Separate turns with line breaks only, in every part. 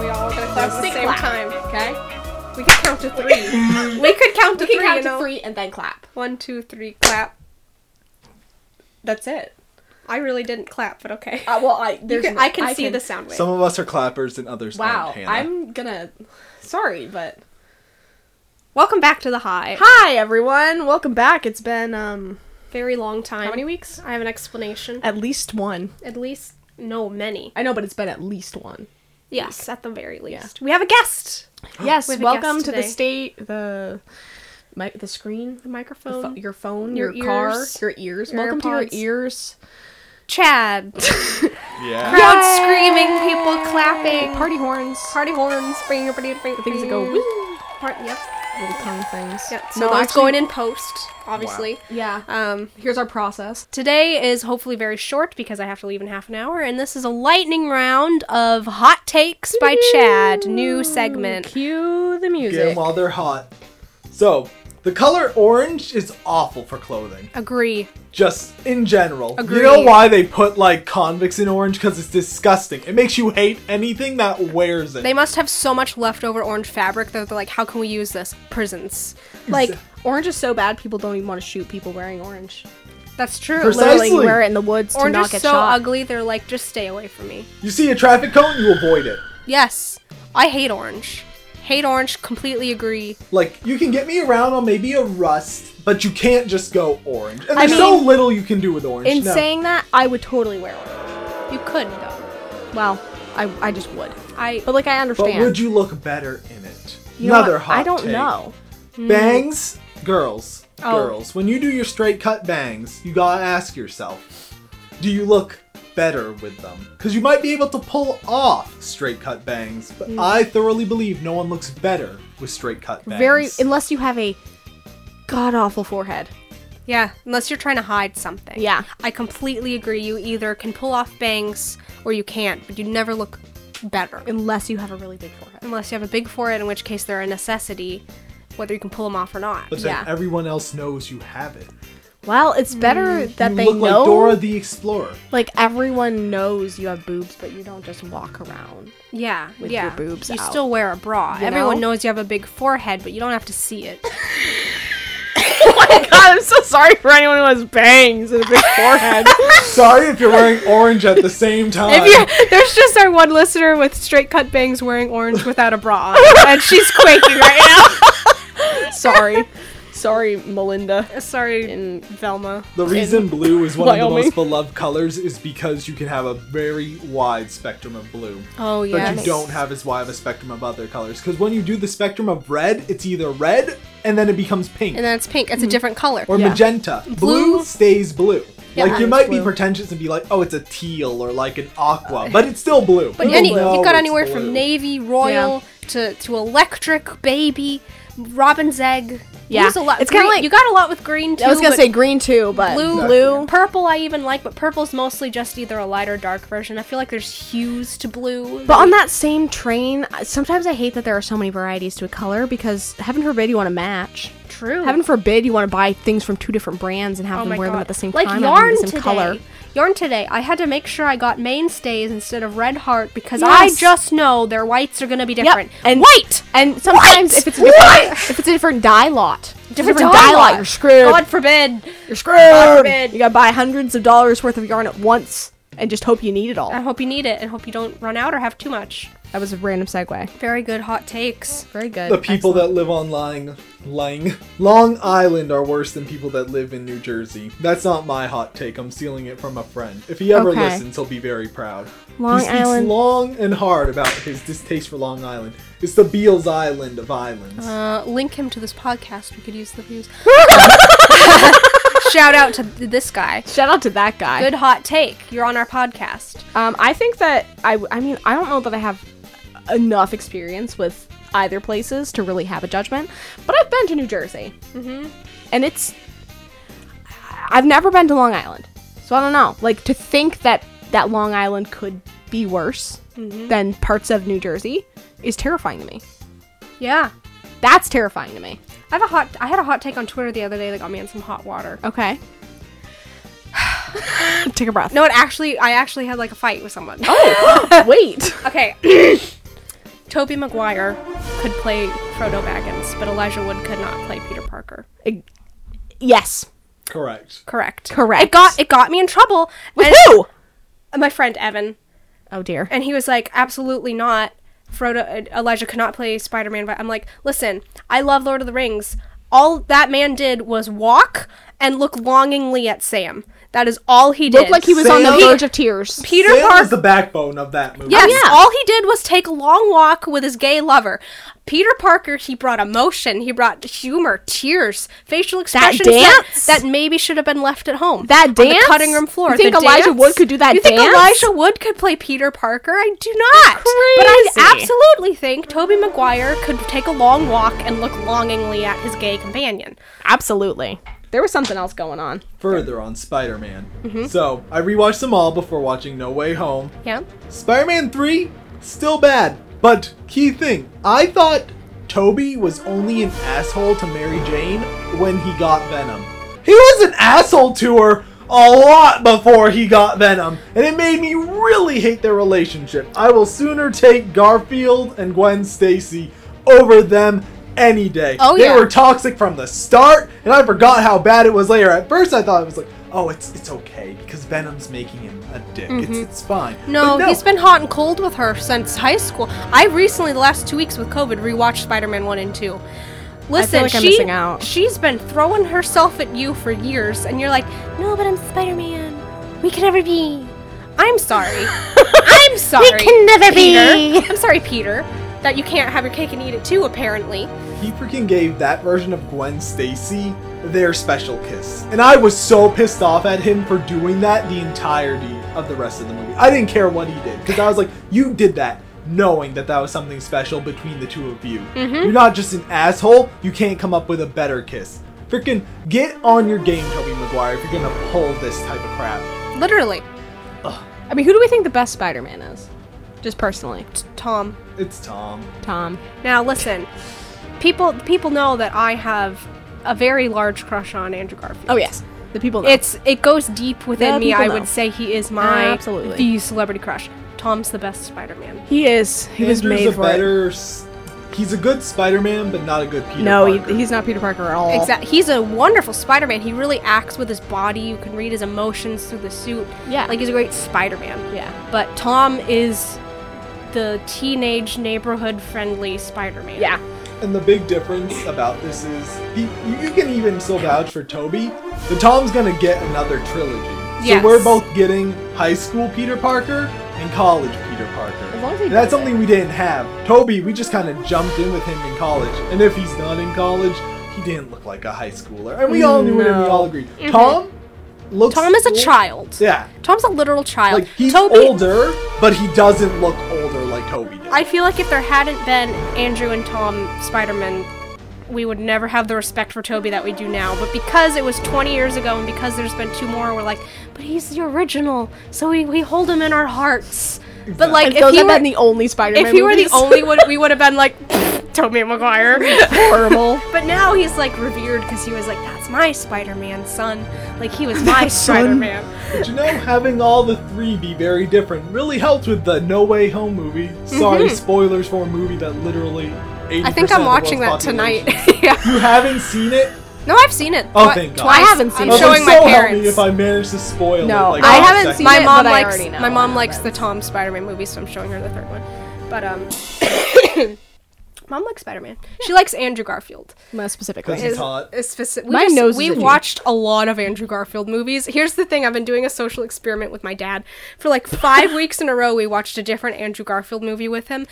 claps at the
Stick
same
clap.
time.
Okay?
We could count to three. we could count to
We can
three.
count
you
to
know?
three and then clap.
One, two, three, clap. That's it. I really didn't clap, but okay.
Uh, well, I
You
there's
can-
no-
I can see the sound wave.
Some of us are clappers and others
Wow,
aren't. Hannah.
I'm gonna. Sorry, but
Welcome back to the high.
hi everyone, welcome back. It's been um
Very long time.
how many weeks?
I have an explanation.
At least one.
At least, no, many.
I know, but it's been at least one.
Yes, at the very least. We have a guest.
Yes,
We have a
welcome
guest
to the
today.
state the my, the screen,
The
the
microphone.
pho- your phone,
Your
your, car,
ears.
your ears.
Your
welcome
AirPods.
to your ears.
Chad.
yeah.
Crowd screaming, people clapping.
Party horns.
Party horns. Bring your bring your-
The things that go
bring-
woo,
Part, yep.
little tongue things.
Yep. So
no,
that's
actually-
going in post, obviously.
Yeah.
Um,
Here's our process.
Today is hopefully very short because I have to leave in half an hour, and this is a lightning round of hot takes by Chad. New segment.
Cue the
Get
music.
them while they're hot. So, the color orange is awful for clothing.
Agree.
Just in general. You know
Agreed.
why they put like convicts in orange? Because it's disgusting. It makes you hate anything that wears it.
They must have so much leftover orange fabric that they're like, how can we use this? Prisons. Like,
Orange is so bad, people don't even want to shoot people wearing orange.
that's true.
Precisely.
Literally, you wear it in the woods to
Orange
not
is
get
so
shot.
ugly, they're like, just stay away from me.
you see a traffic cone, you avoid it.
Yes, I hate orange. Hate orange, completely agree.
Like, you can get me around on maybe a rust, but you can't just go orange. And
I
there's so
mean,
little you can do with orange.
In
No.
saying that, I would totally wear orange.
You could, though.
Well, I, I just would.
I.
But like I
But
understand.
would you look better in it?
You know
Another
what?
hot
I don't
take.
know.
Bangs, girls,
Oh.
girls. When you do your straight cut bangs, you gotta ask yourself, do you look better with them? Because you might be able to pull off straight cut bangs, but
Mm.
I thoroughly believe no one looks better with straight cut bangs.
Very unless you have a god awful forehead.
Yeah, unless you're trying to hide something.
Yeah.
I completely agree. You either can pull off bangs or you can't, but you never look better.
Unless you have a really big forehead.
Unless you have a big forehead, in which case they're a necessity, whether you can pull them off or not.
But then
yeah.
everyone else knows you have it.
Well, it's better that
you
they
look
know
like Dora the Explorer.
like everyone knows you have boobs, but you don't just walk around.
yeah,
With
yeah.
your boobs
you
out.
still wear a bra.
You
Everyone
know?
knows you have a big forehead, but you don't have to see it.
God, I'm so sorry for anyone who has bangs and a big forehead.
Sorry if you're wearing orange at the same time.
if you there's just our one listener with straight cut bangs wearing orange without a bra, on, and she's quaking right
sorry. Sorry, Melinda.
now. Sorry, Velma.
The reason blue is one of the
Wyoming.
most beloved colors is because you can have a very wide spectrum of blue.
Oh
But
yeah.
you don't have as wide of a spectrum of other colors. Because when you do the spectrum of red, it's either red and then it becomes pink
And then it's pink.
Mm-hmm.
It's a different color.
or
yeah.
magenta. Blue,
Blue-
stays blue.
Yeah,
like you
it's
might be
blue.
pretentious and be like, oh, it's a teal or like an aqua, but it's still blue.
But
People
any,
know
you got
it's
anywhere
blue.
from navy, royal to to electric, baby, robin's egg.
Yeah.
Use a lot.
It's kinda
green-
like-
you got a lot with green too.
I was gonna
but
say green too, but
blue,
Exactly.
blue.
purple. I even like, but purple's mostly just either a light or dark version. I feel like there's hues to blue.
But on that same train, I- sometimes I hate that there are so many varieties to a color because heaven forbid you want to match.
true.
Heaven forbid you want to buy things from two different brands and have
Oh
them
my
wear
god!
them at the same
like
time, have them
yarn
the same
today.
color.
Yarn today. I had to make sure I got mainstays instead of red heart because I
Yes.
just know their whites are gonna be different.
and-
white.
And sometimes if it's a different, if it's a different dye lot, If it's a different dye lot, you're screwed.
God forbid.
You're screwed.
forbid.
You gotta buy hundreds of dollars worth of yarn at once and just hope you need it all.
I hope you need it and hope you don't run out or have too much.
That was a random segue.
Very good hot takes.
Very good.
The people that live on Lying, Lying, Long Island are worse than people that live in New Jersey. That's not my hot take. I'm stealing it from a friend. If he ever
Okay.
listens, he'll be very proud.
Long
he speaks
Island-
long and hard about his distaste for Long Island. It's the Beals Island of islands.
Uh, link him to this podcast. We could use the views. Shout out to th- this guy.
Shout out to that guy.
Good hot take. You're on our podcast.
Um, I think that I, I mean, I don't know that I have enough experience with either places to really have a judgment, but I've been to New Jersey, mm-hmm. and it's. I've never been to Long Island, so I don't know. Like to think that that Long Island could be worse than parts of New Jersey is terrifying to me.
Yeah.
That's terrifying to me.
I have a hot. I had a hot take on Twitter the other day that got me in some hot water.
Okay. Take a breath.
Oh. No, it actually. I actually had like a fight with someone.
Oh, wait.
okay. Toby Maguire could play Frodo Baggins, but Elijah Wood could not play Peter Parker.
I- yes.
Correct.
Correct.
Correct.
It got it got me in trouble. And
Who?
my friend Evan,
Oh dear.
and he was like, "Absolutely not." Frodo uh, Elijah could not play Spider-Man. But I'm like, "Listen, I love Lord of the Rings. All that man did was walk and look longingly at Sam. That is all he did.
Looked like he was on the
Sam-
verge of tears.
Peter
Sam
Parker
is the backbone of that movie.
Yes,
Oh, yeah.
all he did was take a long walk with his gay lover. Peter Parker, he brought emotion, he brought humor, tears, facial expressions
dance?
that maybe should have been left at home.
That
on the
dance?
cutting room floor.
You think
the
Elijah
dance?
Wood could do that
You think
dance?
Elijah Wood could play Peter Parker? I do not. But I
Crazy.
absolutely think Toby Maguire could take a long walk and look longingly at his gay companion.
Absolutely. There was something else going on.
Further on Spider Man.
Mm-hmm.
So, I rewatched them all before watching No Way Home.
Yeah.
Spider Man 3, still bad. But, key thing, I thought Toby was only an asshole to Mary Jane when he got Venom. He was an asshole to her a lot before he got Venom, and it made me really hate their relationship. I will sooner take Garfield and Gwen Stacy over them any day.
Oh,
they
yeah.
were toxic from the start, and I forgot how bad it was later. At first, I thought it was like, oh, it's it's okay because Venom's making him a dick. It's
Mm-hmm.
it's fine.
No,
But no,
he's been hot and cold with her since high school. I recently, the last two weeks with COVID, rewatched Spider-Man one and two. Listen,
like I'm
she,
missing out.
she's been throwing herself at you for years, and you're like, no, but I'm Spider-Man. We can never be. I'm sorry. I'm sorry. We can never be. I'm sorry, Peter, that you can't have your cake and eat it too. Apparently,
He freaking gave that version of Gwen Stacy their special kiss. And I was so pissed off at him for doing that the entirety of the rest of the movie. I didn't care what he did because I was like, you did that knowing that that was something special between the two of you.
Mm-hmm.
You're not just an asshole, you can't come up with a better kiss. Freaking get on your game, Toby Maguire, if you're gonna pull this type of crap.
literally,
I mean, who do we think the best Spider-Man is? Just personally,
Tom.
It's Tom.
Tom.
Now listen, people people know that I have a very large crush on Andrew Garfield.
Oh yes, the people. Know.
It's it goes deep within
Yeah,
me.
people
I
know.
would say he is my
Absolutely.
the celebrity crush. Tom's the best Spider-Man.
he is. He was
Andrew's
made
a
for it.
better. s- He's a good Spider-Man, but not a good Peter.
No,
Parker.
he, he's not Peter Parker at all.
Exactly. He's a wonderful Spider-Man. He really acts with his body. You can read his emotions through the suit.
Yeah.
like he's a great Spider-Man.
Yeah.
But Tom is the teenage neighborhood-friendly Spider-Man.
Yeah.
And the big difference about this is he, you you can even still vouch for Toby. The Tom's gonna get another trilogy.
Yes.
So we're both getting high school Peter Parker and college Peter Parker.
long as he
And that's
does
something we didn't have. Toby, we just kind of jumped in with him in college. And if he's not in college, he didn't look like a high schooler. And we all knew it and we
No.
all agreed. Tom looks
Tom is a
old-
child.
Yeah.
Tom's a literal child.
Like he's
Toby,
older, but he doesn't look older like Toby did.
I feel like if there hadn't been Andrew and Tom Spider-Man, we would never have the respect for Toby that we do now. But because it was 20 years ago and because there's been two more, we're like, but he's the original, so we, we hold him in our hearts. But like,
If
if
those
he
had
were,
been the only Spider-Man,
if he were the
movies-
only one, we would have been like, Toby Maguire.
horrible.
But now he's like revered because he was like, that's my Spider-Man son. Like he was my
son.
Spider-Man.
But you know, having all the three be very different really helped with the No Way Home movie. Sorry, spoilers for a movie that literally. 80%
I think I'm
of the
watching that
world's
tonight.
population-
yeah.
You haven't seen it?
No, I've seen it.
Oh,
twi-
thank God.
Twice.
I haven't seen
I'm
it.
Oh,
showing
I'm
my
so
parents.
Happy if I manage to spoil
No,
it. Like,
I
all
haven't
second.
seen
my
it,
mom
but I
likes
already know
my mom
what
likes
it
the Tom Spider-Man movies, so I'm showing her the third one. But um, mom likes Spider-Man. She likes Andrew Garfield.
Most specifically.
That's- It's hot.
specific.
My
we just-
nose is
we
itchy.
watched a lot of Andrew Garfield movies. Here's the thing: I've been doing a social experiment with my dad for like five weeks in a row. We watched a different Andrew Garfield movie with him.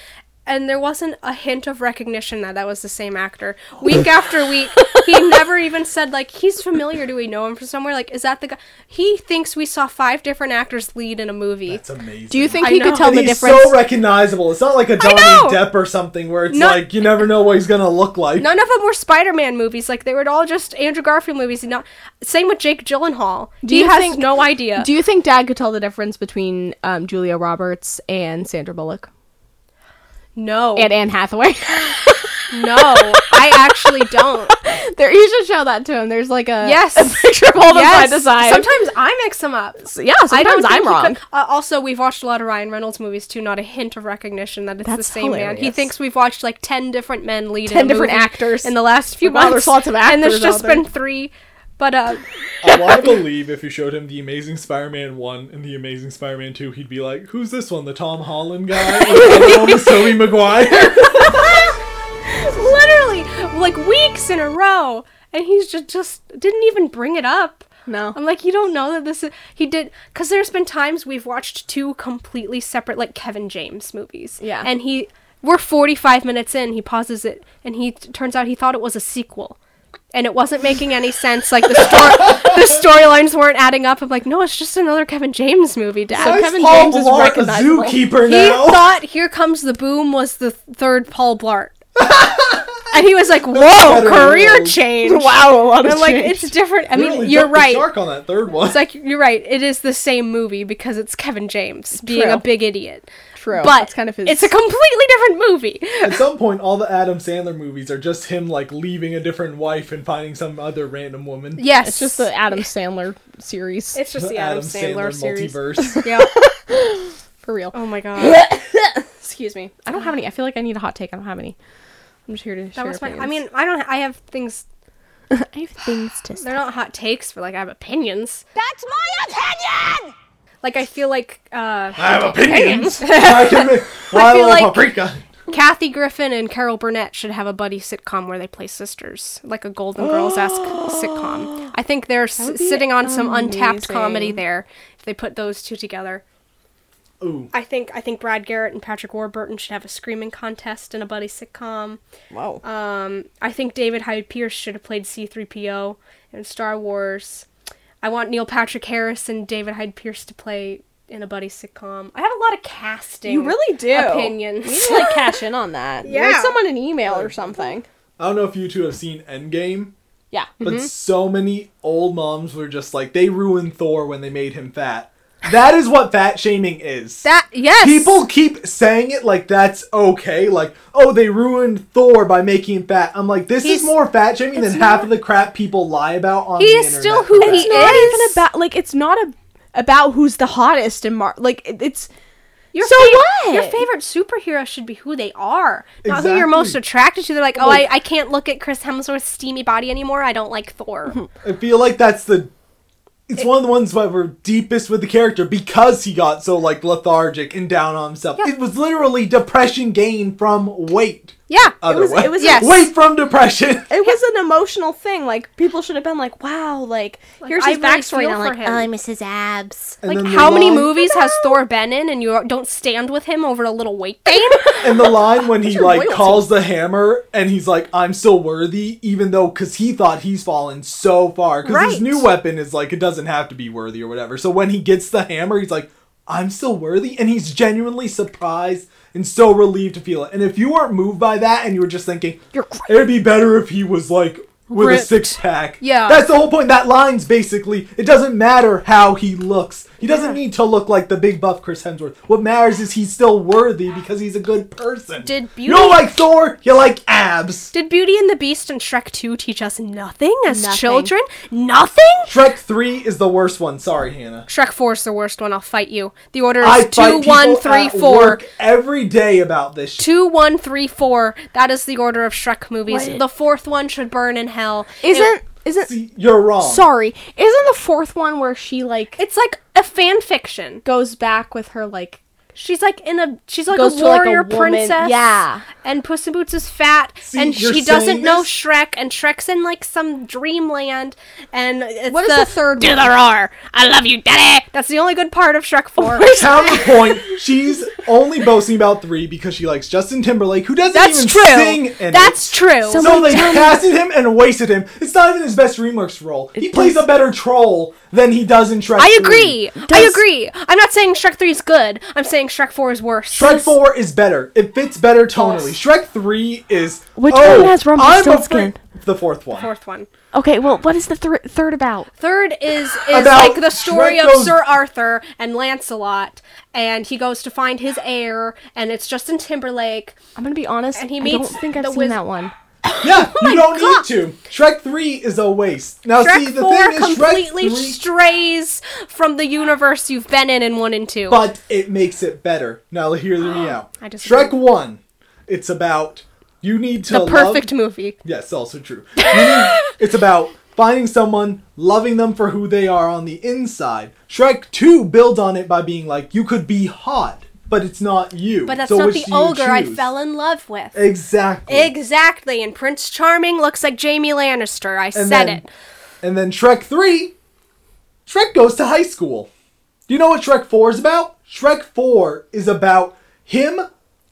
And there wasn't a hint of recognition that that was the same actor. Week after week, he never even said like he's familiar. Do we know him from somewhere? Like, is that the guy? He thinks we saw five different actors lead in a movie.
It's amazing.
Do you think
I
he
know.
could tell
And
the
he's
difference?
so recognizable. It's not like a Donnie
know.
Depp or something where it's
No-
like you never know what he's gonna look like.
None of them were Spider-Man movies. Like they were all just Andrew Garfield movies. Not same with Jake Gyllenhaal.
Do
he
you
has
think-
no idea.
Do you think Dad could tell the difference between um, Julia Roberts and Sandra Bullock
no.
and Anne Hathaway?
No, I actually don't.
There, you should show that to him. There's like a
Yes.
a picture of all of them
Yes,
side to side.
Sometimes I mix them up.
yeah,
I don't
sometimes I'm
think he
wrong.
could- uh, also, we've watched a lot of Ryan Reynolds movies too. Not a hint of recognition that it's the
That's
same man. He
hilarious.
thinks we've watched like ten different men lead
10
in a
different
movie
actors.
in the last few
Wow,
months.
there's lots of
and there's
actors out
just
there.
been three. But uh,
Oh, I believe if you showed him The Amazing Spider-Man 1 and The Amazing Spider-Man 2, he'd be like, who's this one, the Tom Holland guy? Or the one with Tobey Maguire?
literally, like weeks in a row, and he's just just didn't even bring it up.
No.
I'm like, you don't know that this is. He did. Because there's been times we've watched two completely separate, like Kevin James movies.
Yeah.
And he. We're 45 minutes in. He pauses it and he turns out he thought it was a sequel. And it wasn't making any sense. Like the story, the storylines weren't adding up. I'm like, no, it's just another Kevin James movie, Dad.
Why is
Kevin
Paul
James is
Blart
recognizable.
a zookeeper
He
now?
thought "Here Comes the Boom" was the th- third Paul Blart, and he was like,
better
"Whoa, career
world."
change!"
Wow, a lot of
I'm like,
change.
it's different. I
You
mean,
really
you're
jumped the
right.
shark on that third one.
It's like you're right. It is the same movie because it's Kevin James being
True.
a big idiot.
True.
But
That's kind of his-
it's a completely different movie.
At some point, all the Adam Sandler movies are just him, like, leaving a different wife and finding some other random woman.
Yes,
It's just the Adam Sandler series
it's just the Adam, Sandler, series.
multiverse.
Yeah.
for real.
Oh my god.
Excuse me. I don't have any. I feel like I need a hot take. I don't have any. I'm just here to.
That was my. I mean, I don't. I have things.
I have things to. say.
They're not hot takes, but like I have opinions.
That's my opinion!
Like I feel like. uh
I have opinions. I can make. I,
feel
love
like-
paprika.
Kathy Griffin and Carol Burnett should have a buddy sitcom where they play sisters, like a Golden Girls esque sitcom. I think they're s-
be
sitting on some untapped comedy
amazing.
there. If they put those two together,
Ooh,
I think I think Brad Garrett and Patrick Warburton should have a screaming contest in a buddy sitcom.
Wow.
Um, I think David Hyde Pierce should have played C3PO in Star Wars. I want Neil Patrick Harris and David Hyde Pierce to play in a buddy sitcom. I have a lot of casting.
You really do.
opinions.
You need to like cash in on that.
Yeah.
Write someone an email or something.
I don't know if you two have seen Endgame,
Yeah.
but
Mm-hmm.
so many old moms were just like, they ruined Thor when they made him fat. That is what fat shaming is.
That yes.
People keep saying it like that's okay. Like, oh, they ruined Thor by making him fat. I'm like, this
He's-
is more fat shaming than half of the crap people lie about on
He
the
is
internet.
still who
for
he
that.
It's not
is-
even about like it's not a about who's the hottest in Mar. Like it, it's
Your
So
fav-
what?
Your favorite superhero should be who they are, not who
Exactly.
you're most attracted to. They're like, oh, I, I can't look at Chris Hemsworth's steamy body anymore. I don't like Thor.
I feel like that's the. It's one of the ones that were deepest with the character because he got so like lethargic and down on himself. It was literally depression gain from weight.
yeah,
Other
was-
way.
it was-
Yes.
weight from depression.
it was an emotional thing. Like people should have been like, wow, like, here's
I
his
really
backstory. and
feel
I'm
for
like,
him.
oh, I miss his abs.
And
like
then the
how many
line-
movies has Thor been in, and you don't stand with him over a little weight gain?
And the line when he
your
like
loyalty?
calls the hammer and he's like, "I'm still worthy," even though because he thought he's fallen so far because his
Right.
new weapon is like it doesn't have to be worthy or whatever. So when he gets the hammer, he's like, "I'm still worthy," and he's genuinely surprised and so relieved to feel it. And if you weren't moved by that and you were just thinking,
You're cr-
"It'd be better if he was like." With a
Ripped.
six pack.
Yeah.
That's the whole point. That line's basically it doesn't matter how he looks. He doesn't need to look like the big buff Chris Hemsworth. What matters is he's still worthy because he's a good person.
Did
You
beauty-
don't like Thor, you like abs.
Did Beauty and the Beast and Shrek Two teach us nothing as
Nothing.
children? Nothing.
Shrek 3 is the worst one. Sorry, Hannah.
Shrek Four is the worst one. I'll fight you. The order
I
is
fight
two,
people
one, three,
at
four.
work every day about this shit.
Two, one, three, four. That is the order of Shrek movies. The fourth one should burn in hell. It-
Isn't isn't
See, You're wrong.
sorry? Isn't the fourth one where she like
It's like a fan fiction.
goes back with her like
She's like in a she's like
Goes
a
to, like, a
warrior
woman-
princess.
yeah.
And Puss in Boots is fat and
you're
she doesn't
saying
know
this-
Shrek and Shrek's in like some dreamland and it's
What is the third
Do
one?
the roar. I love you, Daddy. That's the only good part of Shrek 4.
Counterpoint, she's only boasting about 3 because she likes Justin Timberlake, who doesn't
That's
even sing
true.
in it.
That's true.
No, they casted him and wasted him. It's not even his best DreamWorks role. He plays a better troll than he does in Shrek.
I
3.
agree. I agree. I'm not saying Shrek 3 is good. I'm saying Shrek 4 is worse.
Shrek 4 is better. It fits better tonally. Shrek 3 is.
Which
one
one has Rumpelstiltskin?
the fourth one.
Fourth one.
Okay, well, what is the thir- third about?
Third is is
About
like the story of
Draco's-
Sir Arthur and Lancelot, and he goes to find his heir, and it's Justin Timberlake.
I'm gonna be honest.
And he
I
meets
don't think I've
the
seen
wiz-
that one.
Yeah, you don't need to. Shrek 3 is a waste. Now,
Oh Shrek
see, the
Four
thing is,
completely
Shrek 3,
strays from the universe you've been in in one and two.
but it makes it better. Now, hear me out.
I disagree.
Shrek 1, it's about you need to
the
love-
perfect movie.
Yes, also true. You need- it's about finding someone, loving them for who they are on the inside. Shrek 2 builds on it by being like, you could be hot, but it's not you.
But that's
So
not
which
the
do you
ogre I
choose?
fell in love with.
Exactly.
Exactly, and Prince Charming looks like Jamie Lannister. I
And
said
then-
it.
And then Shrek 3, Shrek goes to high school. Do you know what Shrek 4 is about? Shrek 4 is about him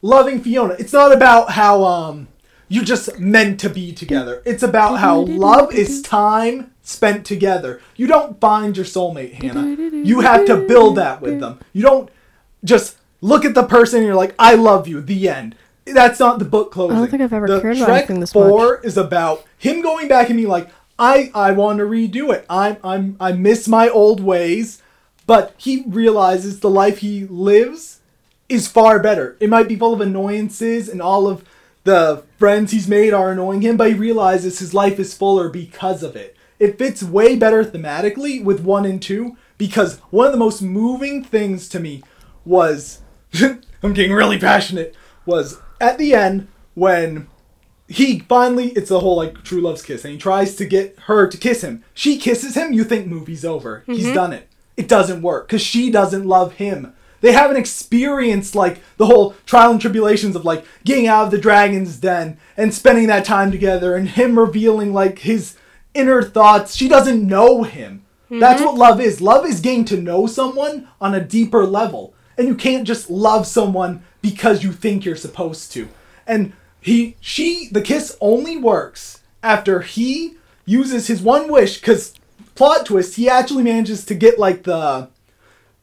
loving Fiona. It's not about how um you're just meant to be together. It's about how love is time spent together. You don't find your soulmate, Hannah. You have to build that with them. You don't just look at the person and you're like, I love you, the end. That's not the book closing. I
think I've ever
the
cared about
Shrek
anything this
4
much.
is about him going back and being like, I I want to redo it. I'm I'm I miss my old ways, but he realizes the life he lives is far better. It might be full of annoyances and all of the friends he's made are annoying him, but he realizes his life is fuller because of it. It fits way better thematically with one and two because one of the most moving things to me was I'm getting really passionate was at the end when he finally it's the whole like true love's kiss and he tries to get her to kiss him she kisses him you think movie's over he's done it it doesn't work because she doesn't love him they haven't experienced like the whole trial and tribulations of like getting out of the dragon's den and spending that time together and him revealing like his inner thoughts she doesn't know him that's what love is love is getting to know someone on a deeper level and you can't just love someone because you think you're supposed to and he she the kiss only works after he uses his one wish because plot twist he actually manages to get like the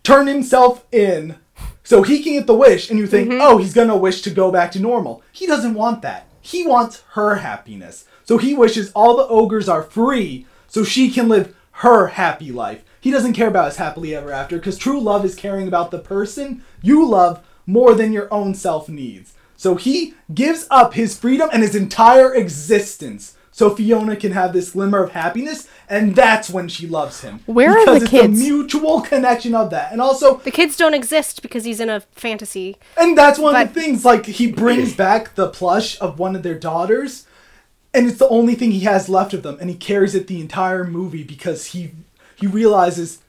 turn himself in so he can get the wish and you think
Mm-hmm.
oh he's gonna wish to go back to normal he doesn't want that he wants her happiness so he wishes all the ogres are free so she can live her happy life he doesn't care about his happily ever after because true love is caring about the person you love more than your own self needs so he gives up his freedom and his entire existence so Fiona can have this glimmer of happiness, and that's when she loves him.
Where are
because
the
it's
kids?
The mutual connection of that, and also,
The kids don't exist because he's in a fantasy.
and that's one of the
But-
things. Like he brings back the plush of one of their daughters, and it's the only thing he has left of them, and he carries it the entire movie because he he realizes.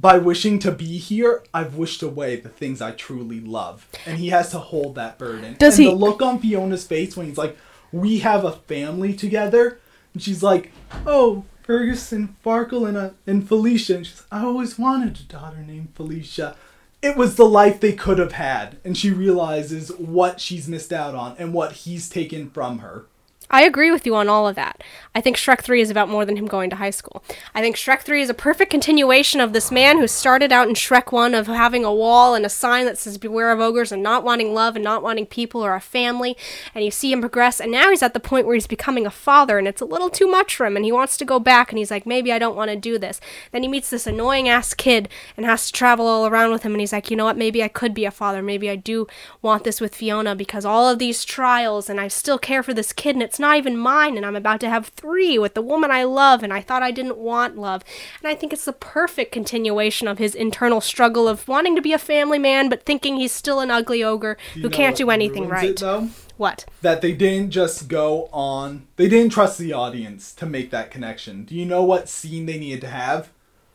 By wishing to be here, I've wished away the things I truly love, and he has to hold that burden.
Does
and
he-
The look on Fiona's face when he's like, "We have a family together," and she's like, "Oh, Ferguson, Farkle, and uh, and Felicia." And she's, "I always wanted a daughter named Felicia." It was the life they could have had, and she realizes what she's missed out on and what he's taken from her.
I agree with you on all of that. I think Shrek 3 is about more than him going to high school. I think Shrek 3 is a perfect continuation of this man who started out in Shrek 1 of having a wall and a sign that says beware of ogres and not wanting love and not wanting people or a family. And you see him progress, and now he's at the point where he's becoming a father, and it's a little too much for him, and he wants to go back, and he's like, maybe I don't want to do this. Then he meets this annoying ass kid and has to travel all around with him, and he's like, you know what, maybe I could be a father. Maybe I do want this with Fiona because all of these trials, and I still care for this kid, and it's not even mine, and I'm about to have three with the woman I love, and I thought I didn't want love. And I think it's the perfect continuation of his internal struggle of wanting to be a family man, but thinking he's still an ugly ogre
You
who
know
can't
what
do anything
ruins it,
right.
though?
what?
that they didn't just go on they didn't trust the audience to make that connection do you know what scene they needed to have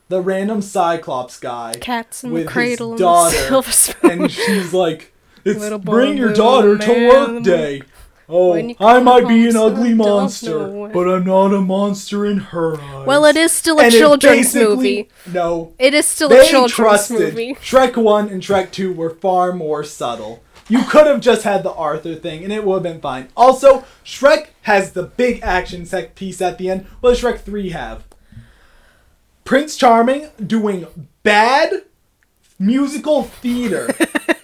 the random cyclops guy
Cats in the
with
cradle and
his
the
daughter
silver spoon.
and she's like it's
Little boy
bring your
blue,
daughter to
man on the
work
moon."
day oh
When you
i
come
might be
home,
an
son,
ugly
don't
monster
know it.
but i'm not a monster in her eyes
Well, it is still a
And it
children's
basically-
movie.
no
It is still a
they
children's
trusted
movie.
Shrek 1 and Shrek 2 were far more subtle. You could have just had the Arthur thing and it would have been fine. Also, Shrek has the big action set piece at the end. What does Shrek 3 have? Prince Charming doing bad musical theater,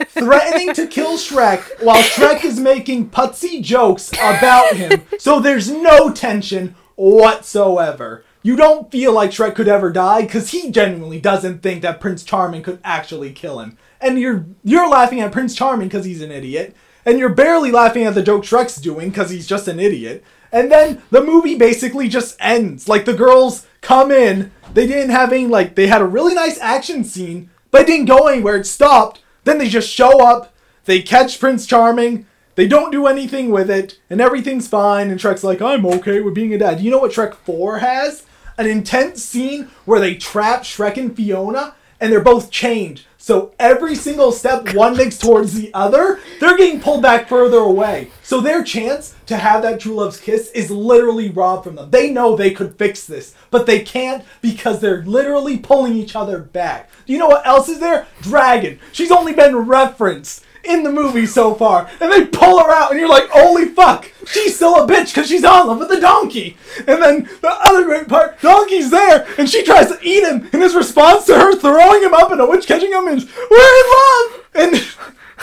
threatening to kill Shrek while Shrek is making putsy jokes about him. So there's no tension whatsoever. You don't feel like Shrek could ever die because he genuinely doesn't think that Prince Charming could actually kill him. And you're you're laughing at Prince Charming because he's an idiot, and you're barely laughing at the joke Shrek's doing because he's just an idiot. And then the movie basically just ends. Like the girls come in, they didn't have any like they had a really nice action scene, but it didn't go anywhere. It stopped. Then they just show up. They catch Prince Charming. They don't do anything with it, and everything's fine. And Shrek's like, I'm okay with being a dad. You know what Shrek 4 has? An intense scene where they trap Shrek and Fiona, and they're both chained. So every single step one makes towards the other, they're getting pulled back further away. So their chance to have that true love's kiss is literally robbed from them. They know they could fix this, but they can't because they're literally pulling each other back. Do you know what else is there? Dragon. She's only been referenced in the movie so far, and they pull her out, and you're like, holy fuck, she's still a bitch because she's on love with the donkey. And then the other great part, donkey's there, and she tries to eat him, and his response to her throwing him up and a witch catching him is, we're in love! And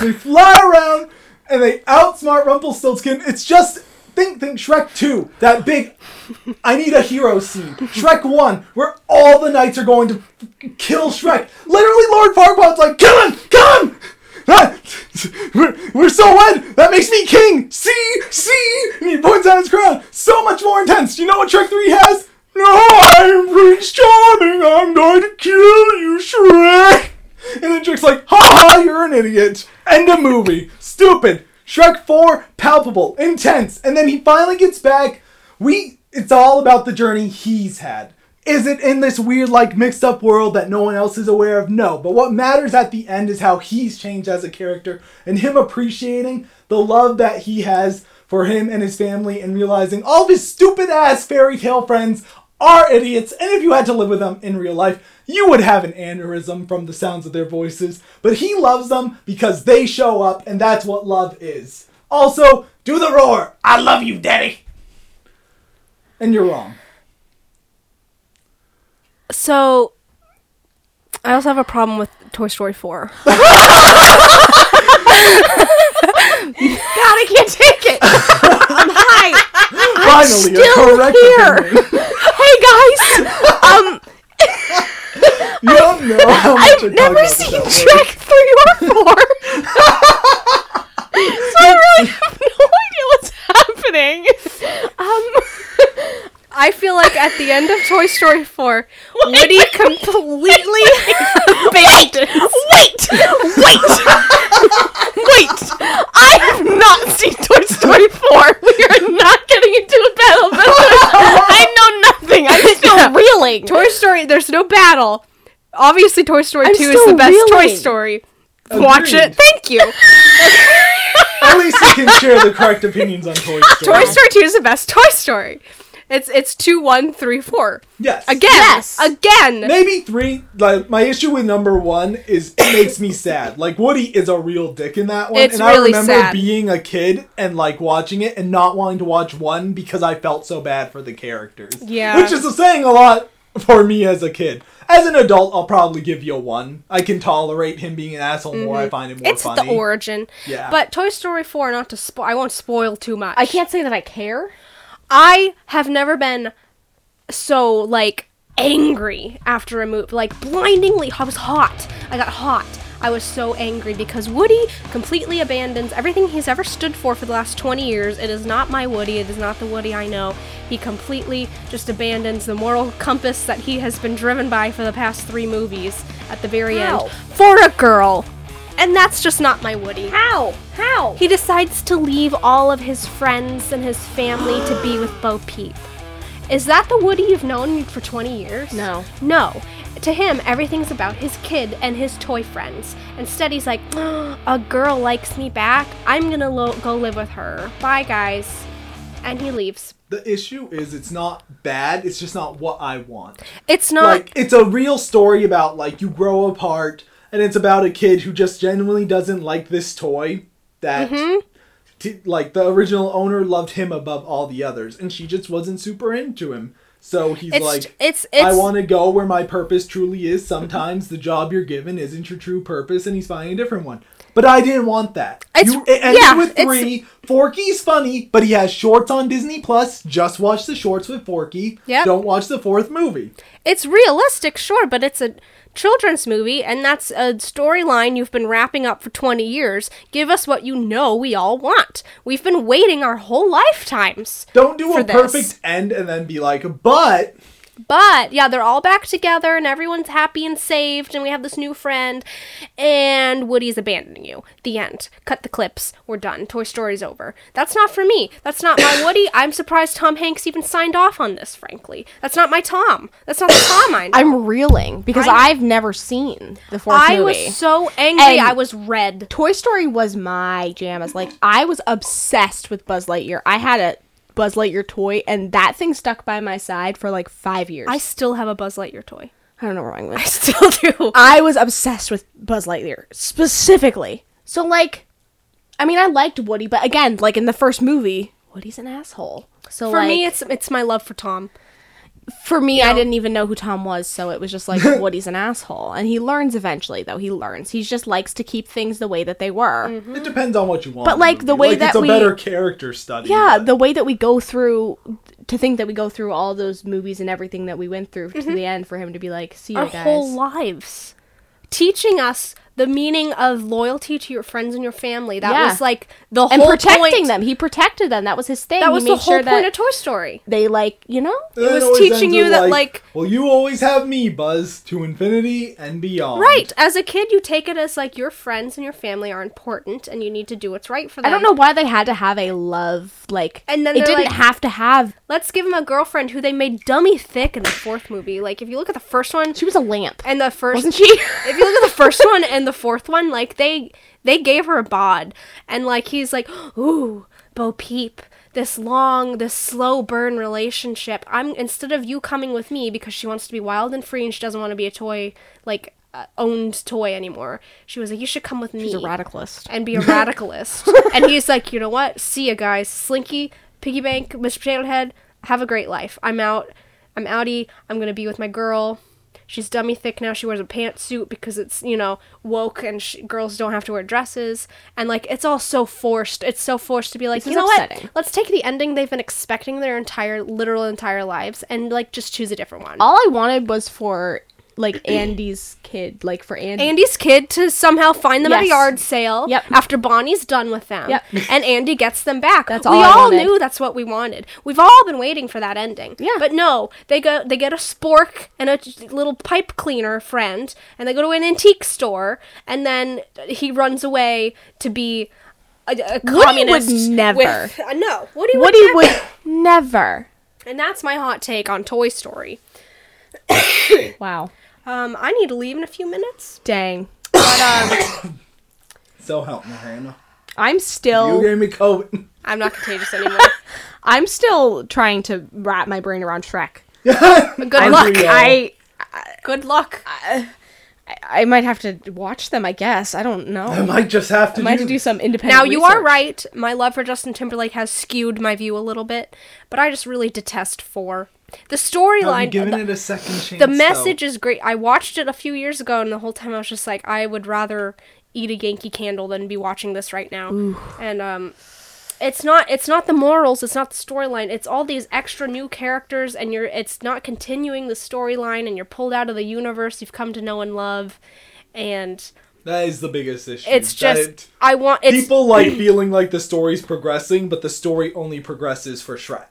they fly around, and they outsmart Rumpelstiltskin. It's just, think, think Shrek 2, that big, I need a hero scene. Shrek 1, where all the knights are going to kill Shrek. Literally, Lord Farquaad's like, kill him, kill him! Ah, we're, we're so wed. That makes me king. See, see. And he points out his crown. So much more intense. You know what Shrek Three has? No, I'm Prince Charming. I'm going to kill you, Shrek. And then Shrek's like, ha ha, you're an idiot. End of movie. Stupid. Shrek Four, palpable, intense, and then he finally gets back. We. It's all about the journey he's had. Is it in this weird, like, mixed up world that no one else is aware of? No. But what matters at the end is how he's changed as a character and him appreciating the love that he has for him and his family and realizing all of his stupid ass fairy tale friends are idiots. And if you had to live with them in real life, you would have an aneurysm from the sounds of their voices. But he loves them because they show up, and that's what love is. Also, do the roar. I love you, Daddy. And you're wrong.
So, I also have a problem with Toy Story 4.
God, I can't take it. I'm high.
Finally, a
still
correct
here.
opinion.
hey guys, um,
You don't know how much
I've
you're
never
talking
seen
about
Shrek three or four, so I really have no idea what's happening. Um,
I feel like at the end of Toy Story 4, Woody completely
wait, wait, wait, wait! I have not seen Toy Story four. We are not getting into a battle. of the- I know nothing. I'm still reeling.
Toy Story, there's no battle. Obviously, Toy Story
I'm
2 is the
still
best Toy
reeling.
Story. Watch it.
Agreed.
Thank you.
At least you can share the correct opinions on Toy Story.
Toy Story 2 is the best Toy Story. It's it's 2, 1, 3, 4.
Yes.
Again.
Yes.
Again.
Maybe three. Like my issue with number one is it makes me sad. Like Woody is a real dick in that one,
It's
and I
really
remember
sad.
being a kid and like watching it and not wanting to watch one because I felt so bad for the characters.
Yeah.
which is saying a lot for me as a kid. As an adult, I'll probably give you a one. I can tolerate him being an asshole more. I find it more
Mm-hmm. it's
funny.
the origin.
Yeah.
But Toy Story 4, not to spoil, I won't spoil too much.
I can't say that I care.
I have never been so like angry after a move. Like blindingly, I was hot. I got hot. I was so angry because Woody completely abandons everything he's ever stood for for the last 20 years. It is not my Woody. It is not the Woody I know. He completely just abandons the moral compass that he has been driven by for the past three movies at the very
How?
end for a girl. And that's just not my Woody.
How? How?
He decides to leave all of his friends and his family to be with Bo Peep. Is that the Woody you've known for 20 years?
No.
No. To him, everything's about his kid and his toy friends. Instead, he's like, a girl likes me back. I'm gonna lo- go live with her. Bye, guys. And he leaves.
the issue is it's not bad. It's just not what I want.
It's not.
like it's a real story about like you grow apart and it's about a kid who just genuinely doesn't like this toy that
Mm-hmm.
t- like the original owner loved him above all the others and she just wasn't super into him so he's
it's,
like
it's, it's,
I want to go where my purpose truly is. Sometimes the job you're given isn't your true purpose, and he's finding a different one. But I didn't want that.
It's-
you, it ended
yeah,
with
it's-
three. Forky's funny, but he has shorts on Disney Plus. Just watch the shorts with Forky.
Yep.
Don't watch the fourth movie.
It's realistic, sure, but it's a children's movie, and that's a storyline you've been wrapping up for 20 years. Give us what you know we all want. We've been waiting our whole lifetimes.
Don't do
For
a
this.
perfect end and then be like, but
But yeah, they're all back together, and everyone's happy and saved, and we have this new friend, and Woody's abandoning you. The end. Cut the clips. We're done. Toy Story's over. That's not for me. That's not my Woody. I'm surprised Tom Hanks even signed off on this, frankly. That's not my Tom. That's not the Tom I know.
I'm reeling because i have never seen the fourth
I
movie.
was so angry.
And-
I was red.
Toy Story was my jam. As like I was obsessed with Buzz Lightyear. I had a Buzz Lightyear toy, and that thing stuck by my side for like five years.
I still have a Buzz Lightyear toy.
I don't know where I'm going.
I still do.
I was obsessed with Buzz Lightyear specifically. So like, I mean, I liked Woody, but again, like in the first movie, Woody's an asshole. So
For
like,
me, it's it's my love for Tom.
for me, I didn't even know who Tom was, so it was just like Woody's an asshole, and he learns eventually. Though he learns, he just likes to keep things the way that they were.
Hmm.
it depends on what you want.
But,
in
like, the
movie.
way
like,
that
it's a
we-
better character study.
Yeah,
but-
the way that we go through to think that we go through all those movies and everything that we went through to the end for him to be like, see you
Mm-hmm. Our
guys.
whole lives, teaching us the meaning of loyalty to your friends and your family. That
Yeah.
was like the
and
whole
protecting
point-
them. He protected them. That was his thing.
That
He
was
made
the whole
sure
point
that
of Toy Story.
they like, you know?
Then
was
always
teaching
ends
you
with,
that, like-
well, you always have me, Buzz, to infinity and beyond.
Right. As a kid, you take it as like your friends and your family are important, and you need to do what's right for them.
I don't know why they had to have a love like
And then
it
they're
didn't
like-
have to have
Let's give him a girlfriend who they made dummy thick in the fourth movie. Like if you look at the first one,
she was a lamp.
and the 1st
Wasn't she?
if you look at the first one and the fourth one, like they they gave her a bod, and like he's like, ooh, Bo Peep, this long, this slow burn relationship. I'm instead of you coming with me because she wants to be wild and free and she doesn't want to be a toy like uh, owned toy anymore. She was like, you should come with me
She's a radicalist.
and be a radicalist. and he's like, you know what? See ya, guys. Slinky, Piggy Bank, Mr. Potato Head, have a great life. I'm out. I'm outie. I'm gonna be with my girl. She's dummy thick now. She wears a pantsuit because it's you know woke and sh- girls don't have to wear dresses. And like it's all so forced. It's so forced to be like,
This
you
is
know
upsetting.
what? Let's take the ending they've been expecting their entire literal entire lives and like just choose a different one.
All I wanted was for like Andy's kid, like for Andy.
Andy's kid to somehow find them at a
Yes.
yard sale
Yep.
after Bonnie's done with them.
Yep.
And Andy gets them back.
That's
we
all I
all
wanted.
knew that's what we wanted. We've all been waiting for that ending.
Yeah.
But no, they go they get a spork and a j- little pipe cleaner friend and they go to an antique store and then he runs away to be a, a communist
would never.
with- uh, no. Woody,
Woody
would,
would
never.
never.
And that's my hot take on Toy Story.
Wow.
Um I need to leave in a few minutes.
Dang.
So help me, Hannah.
I'm still
Oh.
You gave me COVID.
I'm not contagious anymore.
I'm still trying to wrap my brain around Shrek.
Good
I'm-
luck.
real.
I
Good luck.
I might have to watch them. I guess I don't know.
I
I
might just have to. do
might have to do some independent.
Now you are
research.
right. My love for Justin Timberlake has skewed my view a little bit, but I just really detest four. The
I'm
storyline,
giving
the,
it a second chance.
the message
though.
is great. I watched it a few years ago, and the whole time I was just like, I would rather eat a Yankee candle than be watching this right now. And um, it's not it's not the morals, it's not the storyline. It's all these extra new characters, and you're it's not continuing the storyline, and you're pulled out of the universe you've come to know and love, and
That is the biggest issue.
it's just
that-
I want it's
people like feeling like the story's progressing, but the story only progresses for Shrek.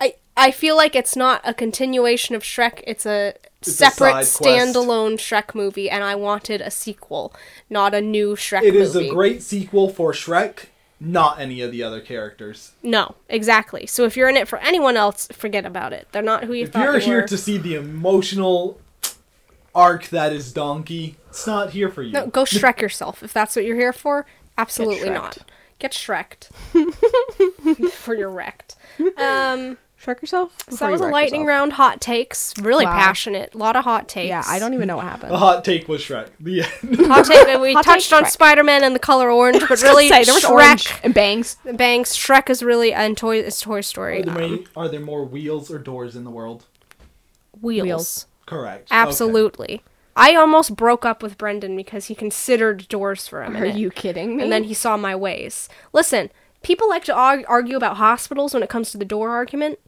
I I feel like it's not a continuation of Shrek. It's a
a
separate
side quest.
standalone Shrek movie, and I wanted a sequel, not a new Shrek
It
movie.
is a great sequel for Shrek, not any of the other characters.
no, exactly. So if you're in it for anyone else, forget about it. They're not who you
If
thought
you're
they
here
were.
to see the emotional arc that is Donkey, it's not here for you.
No, go Shrek yourself if that's what you're here for. Absolutely
Shrek'd.
not. Get Shreked for your wrecked. Um,
Shrek yourself.
so that was a lightning round hot takes. Really
Wow.
passionate. A lot of hot takes.
Yeah, I don't even know what happened.
The hot take was Shrek. The end.
Hot take. that We
Hot take,
touched on
Shrek.
Spider Man and the color orange, but really
Say, there was
Shrek.
orange and bangs.
Banks, Shrek is really and Toy is Toy Story.
Are there,
um,
many, are there more wheels or doors in the world?
wheels.
Wheels.
Correct. Okay.
Absolutely. I almost broke up with Brendan because he considered doors for a
Are
minute.
you kidding me?
and then he saw my ways. Listen, people like to ar- argue about hospitals when it comes to the door argument.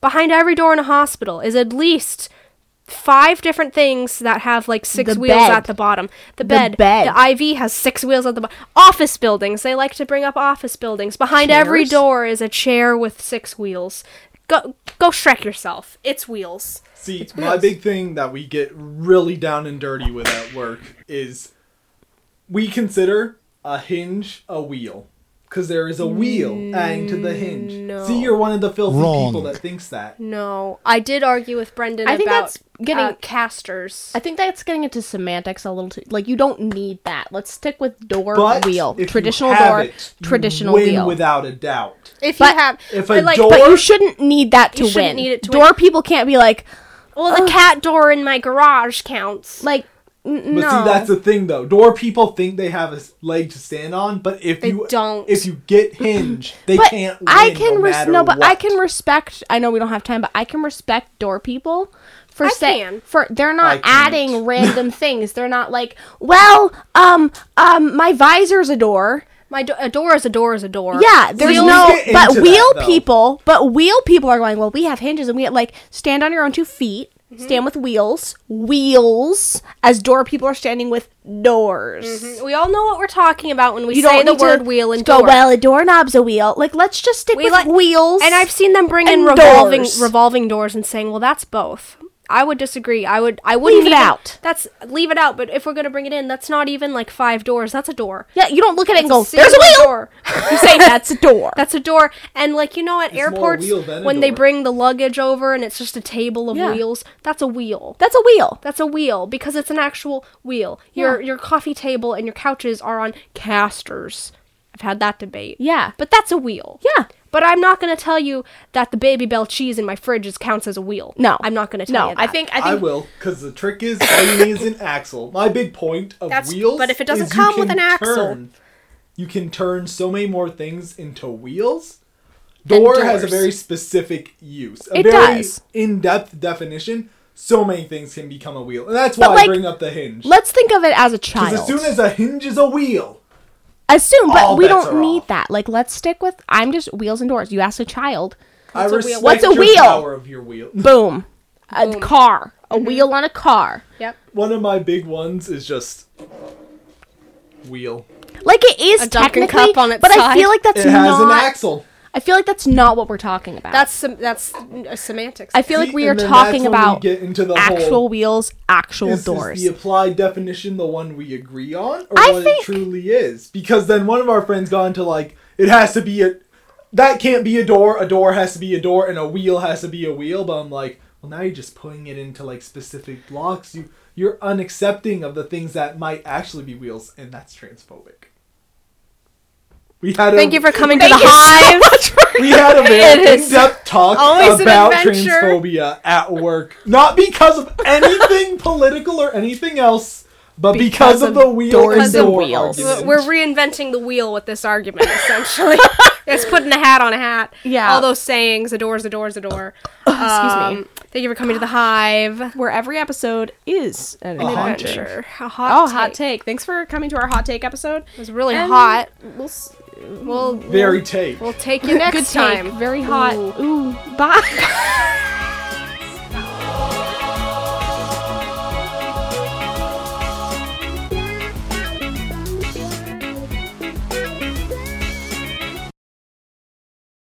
Behind every door in a hospital is at least five different things that have like six
The
wheels
bed.
at the bottom. The bed,
bed.
the IV has six wheels at the bottom. Office buildings, they like to bring up office buildings. Behind every
Chairs?
door is a chair with six wheels. Go go Shrek yourself. It's wheels.
See, my big thing that we get really down and dirty with at work is we consider a hinge a wheel because there is a wheel adding to the hinge.
No.
See, you're one of the filthy people
Wrong.
that thinks that.
No, I did argue with Brendan
I think
about
that's getting-
uh, casters.
I think that's getting into semantics a little too. Like you don't need that. Let's stick with door
But
wheel,
if
traditional
you have
door,
it, you
traditional
win
wheel.
without a doubt.
if
but-
you have,
if
but,
a door-
but
Or-
you shouldn't need that to
You
win.
shouldn't need it to
door people can't be like
Well, the cat door in my garage counts.
like n-
But
no.
see, that's the thing though. Door people think they have a s- leg to stand on, but if
They
you
don't.
if you get hinge, they
but
can't. Win
I can
no,
res-
matter
no, but I
what.
can respect. I know we don't have time, but I can respect door people for
I
saying
can.
for they're
I
not
can't.
adding random things. They're not like, well, um, um, my visor's a door.
my do- a door is a door is a door.
Yeah, there's
Wheels-
no,
Get into
but
that,
wheel
though.
people, but wheel people are going. Well, we have hinges, and we have, like stand on your own two feet,
Mm-hmm.
stand with wheels, wheels, as door people are standing with doors.
we all know what we're talking about when we
You
Mm-hmm. say
don't
the
need to
word wheel and
go.
door.
Well, a doorknob's a wheel. Like, let's just stick
We
with
let-
wheels.
and I've seen them bring in
and
revolving
doors.
revolving doors and saying, "Well, that's both." I would disagree. I would. I wouldn't
Leave it
even-
out.
That's leave it out. But if we're gonna bring it in, that's not even like five doors. That's a door.
yeah, you don't look at it and go.
It's
There's a
single
wheel.
door.
You say that's a door.
That's a door. And like you know, at
more a
airports
wheel than a
when they
door.
bring the luggage over and it's just a table of
Yeah.
wheels, that's a wheel.
That's a wheel.
That's a wheel because it's an actual wheel. Your your coffee table and your couches are on casters. I've had that debate.
Yeah.
But that's a wheel.
Yeah.
But I'm not going to tell you that the baby bell cheese in my fridge is counts as a wheel.
No,
I'm not going to tell
No,
you that.
I think I think
I will, because the trick is all you need is an axle. My big point of
That's-
wheels.
but if it doesn't
is you
come with
can
an axle-
turn- you can turn so many more things into wheels.
Than
Door has a
doors.
very specific use, a
It
very
does.
in-depth definition. So many things can become a wheel, and that's why I
like,
bring up the hinge.
let's think of it as a child.
Because as soon as a hinge is a wheel,
Assume,
All
but we
bets
don't
are
need
off.
that. Like, let's stick with. I'm just wheels and doors. You ask a child.
I
a wheel?
respect
What's a
your
wheel?
power of your wheel.
boom, a car, a
Mm-hmm.
wheel on a car.
Yep.
One of my big ones is just wheel.
Like it is
A Dunkin'
technically,
cup on its
but I
side.
feel like that's
It has an
not.
axle.
I feel like that's not what we're talking about.
That's sem- that's uh, semantics.
I feel like
See,
we are
and then that's
talking
when we
about
get into the
actual
whole-
wheels, actual
Is-
doors.
Is the applied definition the one we agree on, or
I
what
think-
it truly is? Because then one of our friends got into like, it has to be a, that can't be a door. A door has to be a door, and a wheel has to be a wheel. But I'm like, well, now you're just putting it into like specific blocks. You you're unaccepting of the things that might actually be wheels, and that's transphobic. We had a,
Thank you for coming to the
Thank you so
hive.
much for-
we had a very
It is
in-depth talk
always an
about
adventure.
transphobia at work, not because of anything political or anything else, but because,
Because
of,
of
the wheel
doors
and
and
door
wheels.
argument.
We're reinventing the wheel with this argument, essentially. it's putting a hat on a hat.
Yeah.
All those sayings, a door is a door is a door.
excuse me.
Um, Thank you for coming to the hive.
Where every episode is an
hot
adventure.
take.
Adventure. A
Oh,
hot take.
hot take! Thanks for coming to our hot take episode.
It was really
And
hot.
We'll s-
We'll,
very take.
we'll take you next
good
time.
time. Very hot. Ooh, bye.